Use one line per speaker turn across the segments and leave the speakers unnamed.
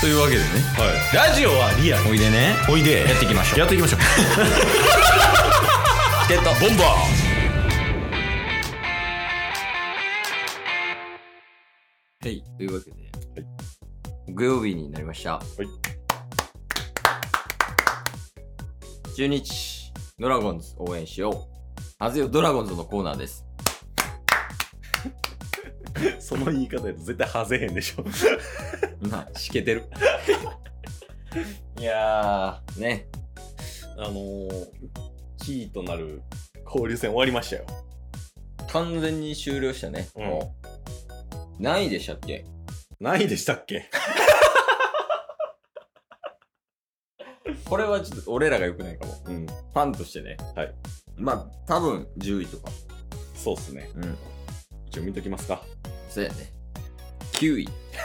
というわけでね
ラジオはリアル
おいでね
おいで
やっていきましょう
やっていきましょう
チケットボンバーはいというわけで、木曜日になりました、はい、中日ドラゴンズ応援しようあずよドラゴンズのコーナーです
その言い方やと絶対はぜへんで しょ
今しけてるいやーね
あのー、キーとなる交流戦終わりましたよ
完全に終了したね、
うん
もう何位でしたっけ
ないでしたっけ
これはちょっと俺らが良くないかも
うん
ファンとしてね。
はい。
まあ、多分10位とか。
そうっすね
うん。
一応見ときますか
そうやね。9位。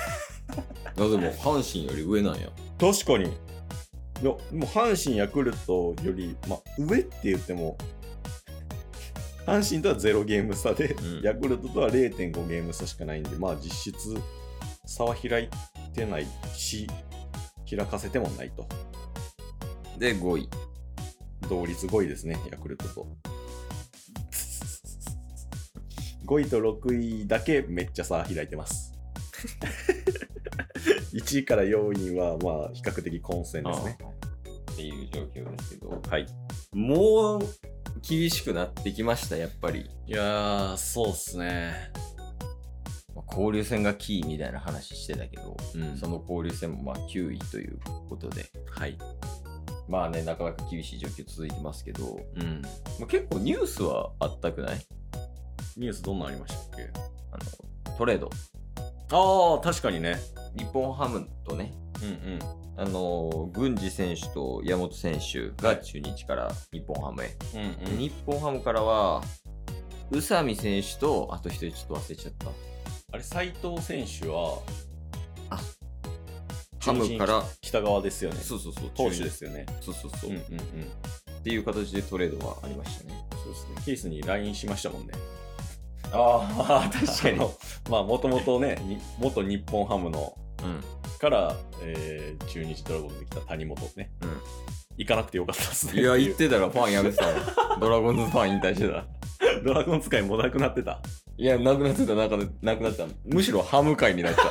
あでも、阪神より上なんや。
確かにいやもう阪神ヤクルトより、まあ、上って言っても阪神とは0ゲーム差で、
うん
ヤクルトとは0.5ゲーム差しかないんでまあ実質差は開いてないし開かせてもないと
で、5位。
同率5位ですねヤクルトと5位と6位だけめっちゃ差開いてます 1位から4位はまあ比較的混戦ですね
っていう状況ですけど。
はい
もう、厳しくなってきました、やっぱり。
いやー、そうっすね。
まあ交流戦がキーみたいな話してたけど、
うん
その交流戦もまあ9位ということで、
はい。
まあね、なかなか厳しい状況続いてますけど、
うん。
まあ、結構ニュースはあったくない
ニュースどんなのありましたっけ
あのトレード。
ああ、確かにね。
日本ハムとね、
うんうん。
あの郡司選手と山本選手が中日から日本ハムへ、
うん
で日本ハムからは宇佐美選手とあと一人ちょっと忘れちゃっ
あれ、斎藤選手は
たハ
中日
ムから
北側ですよね。
そうそうそう
投
中
手
日
ですよね。
そうそうそうう、
んうんう
っ
ん。
ていう形でトレードはありましたね
そうですね。ケースに LINE しましたもんね。
ああ
あのまあ、もともとね、に元日本ハムの
うん
から、えー中日ドラゴンズに来た谷本ね。
うん
行かなくてよかったっすね。
いや
てう
言ってたらファンやめてた わドラゴンズファン引退してた
ドラゴン使いもなくなってた。
いやなくなってたなくななくなってたむしろハム界になっちゃ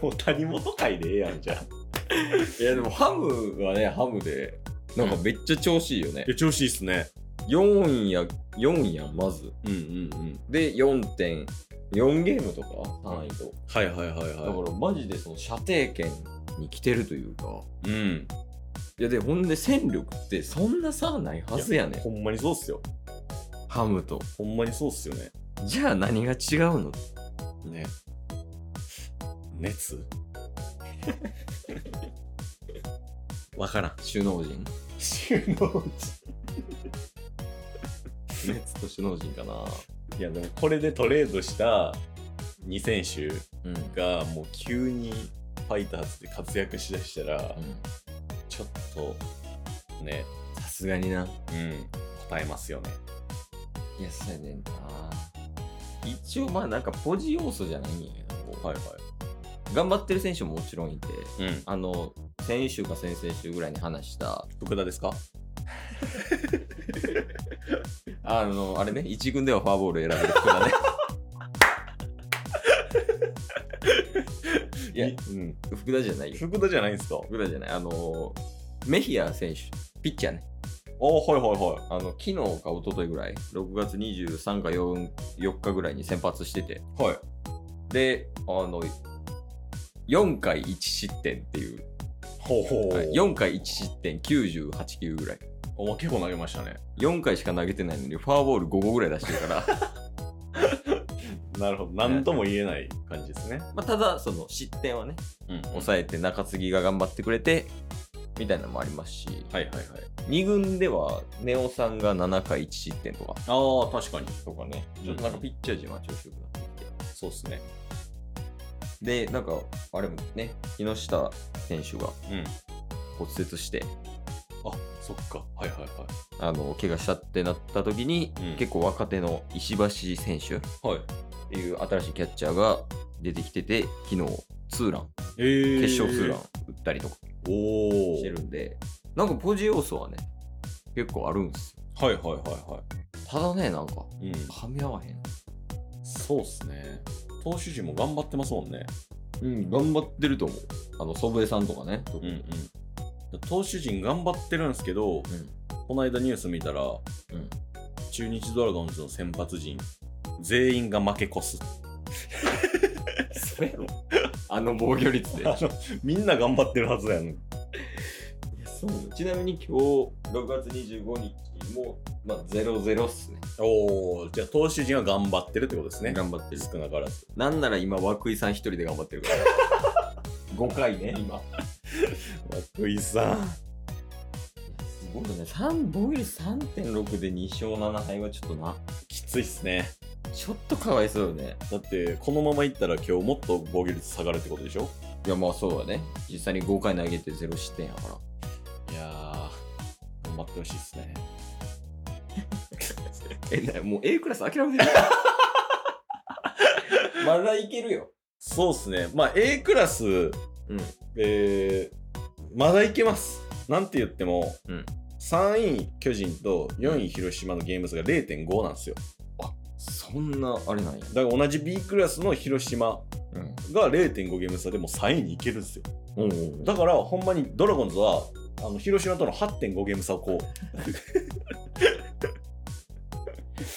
う
もう谷本会でええやんじゃん。
いやでもハムはねハムでなんかめっちゃ調子いいよね
え、調子いいっすね。
4位や4位やんまず
うんうんうん。
で、4.4ゲームとか、3位と。
はいはいはい
だか
は
ら、マジでその射程圏に来てるというか。
い。うん。
いや、で、ほんで、戦力ってそんな差ないはずやねん
ほんまにそうっすよ。
ハムと。
ほんまにそうっすよね。
じゃあ、何が違うの
ね。 熱わからん。
首脳陣。
収納
熱と首脳陣かな。
いやでもこれでトレードした2選手
うん。
がもう急にファイターズで活躍しだしたら、ちょっとね、
さすがにな。
うん、答えますよね。
いや、そうやねんな。一応、まあ、なんかポジ要素じゃないんやけど、
い
頑張ってる選手ももちろんいて、
はい。うん。
あの、先週か先々週ぐらいに話した、
福田ですか
あの、あれね、一軍ではフォアボール選べる人 だね。いや
み、うん。
福田じゃないよ。
福田じゃないんすか
福田じゃない。あの、メヒア選手、ピッチャーね。
あはいはいは
あの、昨日か一昨日ぐらい、6月23か 4, 4日ぐらいに先発してて、
い。はい。
で、あの、4回1失点っていう、
ほうほう。
4回1失点98球ぐらい。
お結構投げましたね。
4回しか投げてないのに、フォアボール5個ぐらい出してるか ら、
なるほど。なんとも言えない感じですね。
まあ、ただ、その失点はね、
うん
抑えて中継ぎが頑張ってくれてみたいなのもありますし、
はいはいはい。
2軍ではネオさんが7回1失点とか
ああ、確かに。
とかね
うん
ちょっとなんかピッチャー陣は調子よくなってきて
そうですね。
でなんかあれもね木下選手が
うん。
骨折して
あ、そっか。はいはいは
あの怪我したってなった時に、
うん
結構若手の石橋選手っ
い。はい。
ていう新しいキャッチャーが出てきてて昨日ツーラン
えー
決勝ツーラン打ったりとか
おお。
してるんで、なんかポジ要素はね、結構あるんですよ。
はいはいは
ただね、なんか、
いはい。うん。
噛み合わへん。
そうっすね。投手陣も頑張ってますもんね。
うん、頑張ってると思う。あの、祖父江さんとかね。
うんうん。投手陣頑張ってるんですけど、この間ニュース見たら、
ん
中日ドラゴンズの先発陣、全員が負け越す。
それも あの防御率で。
あのみんな頑張ってるはずやん。
ちなみに今日、6月25日も、まあ、0-0っすね。
おお、じゃあ投手陣は頑張ってるってことですね。
頑張ってる。
少なからず。
なんなら今、涌井さん一人で頑張ってる から。5回ね、今。
涌井さん。
すごいね。3、防御率3.6で2勝7敗はちょっとな。
きついっすね。
ちょっとかわいそうよね。
だって、このままいったら今日もっと防御率下がるってことでしょ
いや、まあそうだね。実際に5回投げて0失点やから。
いやー、頑張ってほしいっすね。
え、なもう A クラス諦めてる まだいけるよ。
そうっすね。まあ、A クラス、
うん。
えー、まだいけます。なんて言っても、
うん
3位巨人と4位広島のゲーム差が0.5なんですよ。
そんな、あれなんや。
だから同じ B クラスの広島
うん。
が0.5ゲーム差でもう3位にいけるんですよ。
おう
だからほんまにドラゴンズはあの広島との8.5ゲーム差をこ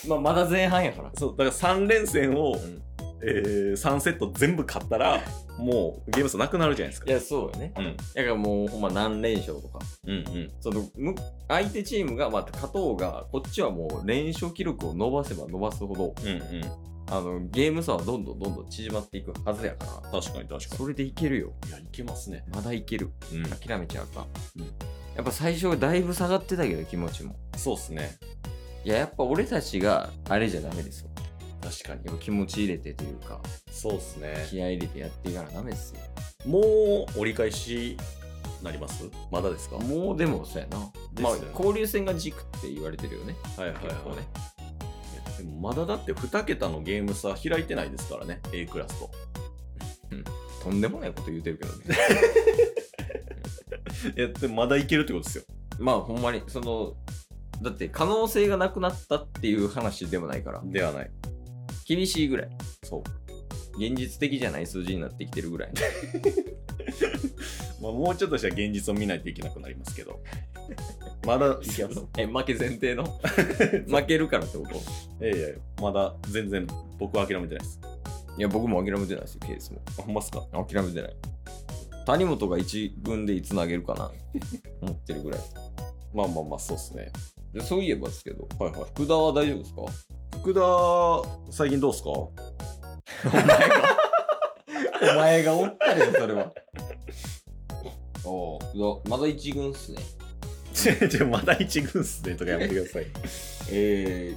う、
まあ、まだ前半やから。
そうだから3連戦を、
ん
え3セット全部勝ったら、もうゲーム差なくなるじゃないです
い
か。
や、そうよね。
うん、
だからもう、ほんま何連勝とか。
うん、うん。
その、む相手チームが、まあ、勝とうが、こっちはもう連勝記録を伸ばせば伸ばすほど、
うんうん、
あの、ゲーム差はどんどんどんどん縮まっていくはずやから。
確かに確か
それでいけるよ。
に。いや、いけますね。
まだいける。
うん、
諦めちゃうか。
うん
やっぱ最初だいぶ下がってたけど、気持ちも。
そうっすね。
いや、やっぱ俺たちがあれじゃダメですよ。
確かに。
やっぱ気持ち入れてというか、
そうっすね。
気合入れてやっていかなダメですよ。
もう折り返しなりますまだですかはい
もうでもそうやな。
です
まあ
よね、
交流戦が軸って言われてるよね。
はいはい、
結構ね。
でもまだだって2桁のゲーム差開いてないですからね A クラスと
とんでもないこと言うてるけどね。
えでもまだいけるってことですよ
まあ、ほんまに、その、だって可能性がなくなったっていう話でもないから、
ではない
厳しいぐらい。
そう
現実的じゃない数字になってきてるぐらい。
まあ、もうちょっとしたら現実を見ないといけなくなりますけ どまだいけます
え、負け前提の負けるからってこと
ええまだ全然僕は諦めてないです
いや、僕も諦めてないですよ、ケースも。
あほんまっすか
諦めてない。谷本が1軍でいつ投げるか な思ってるぐらい。
まあまあまあそうっすね
でそういえばですけど、
はいはい
福田は大丈夫ですか
福田最近どうっすか
お前がおったよ、それは。 おまだ1軍っすね。
ちょちょまだ一軍っすねとかやめてください
え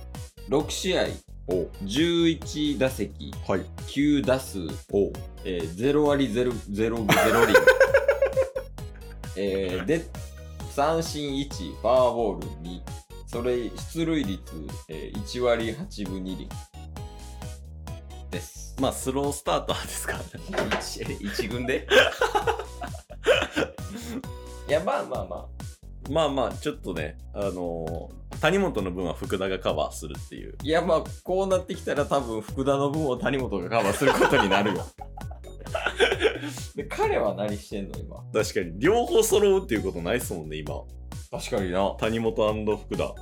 ー、6試合、
お
11打席、
はい
9打数、
お
えー、0割0、0分0厘。 えー、で、三振1、フォアボール2、それ、出塁率、えー、1割8分2厘。です。
まあスロースターターですからね
一 一軍でいやまあまあまあ
まあまあ、ちょっとね、あのー谷本の分は福田がカバーするっていう。
いやまあこうなってきたら多分福田の分を谷本がカバーすることになるよ で彼は何してんの今
確かに、両方揃うっていうことないっすもんね、今。
確かにな
谷本福田。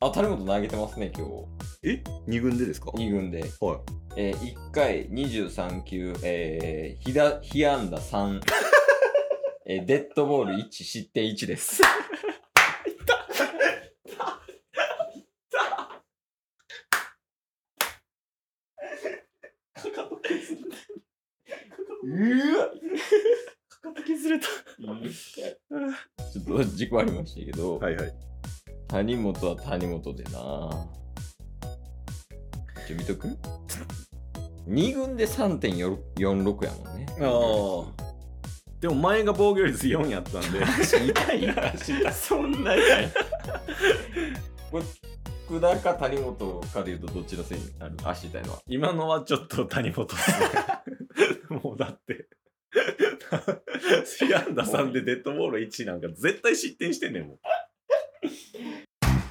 あ谷本投げてますね今
え二軍でですか
日2軍で、
はい。
えー、1回23球えー、被打被安打3 えー、デッドボール1失点1です
かかと削れ
うわ
た。かかと削れた。
ちょっと事故ありましたけど、
はいはい。
谷本は谷本でなちょ見とく ?2 軍で3.46やもんね。
ああ。でも前が防御率4やったんで。
痛いな、そんな痛い。これ、福田か谷本かで言うとどっちのせいになる足痛いのは。
今のはちょっと谷本っすね。 もうだって、ヒアンダさんでデッドボール1なんか絶対失点してんねんもん。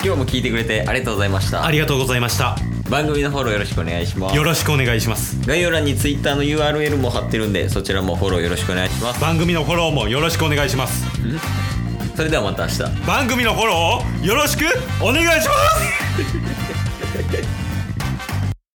今日も聞いてくれてありがとうございました
ありがとうございました。
番組のフォローよろしくお願いします
よろしくお願いします。
概要欄に Twitter の URL も貼ってるんでそちらもフォローよろしくお願いします
番組のフォローもよろしくお願いします。
それではまた明日
番組のフォローをよろしくお願いします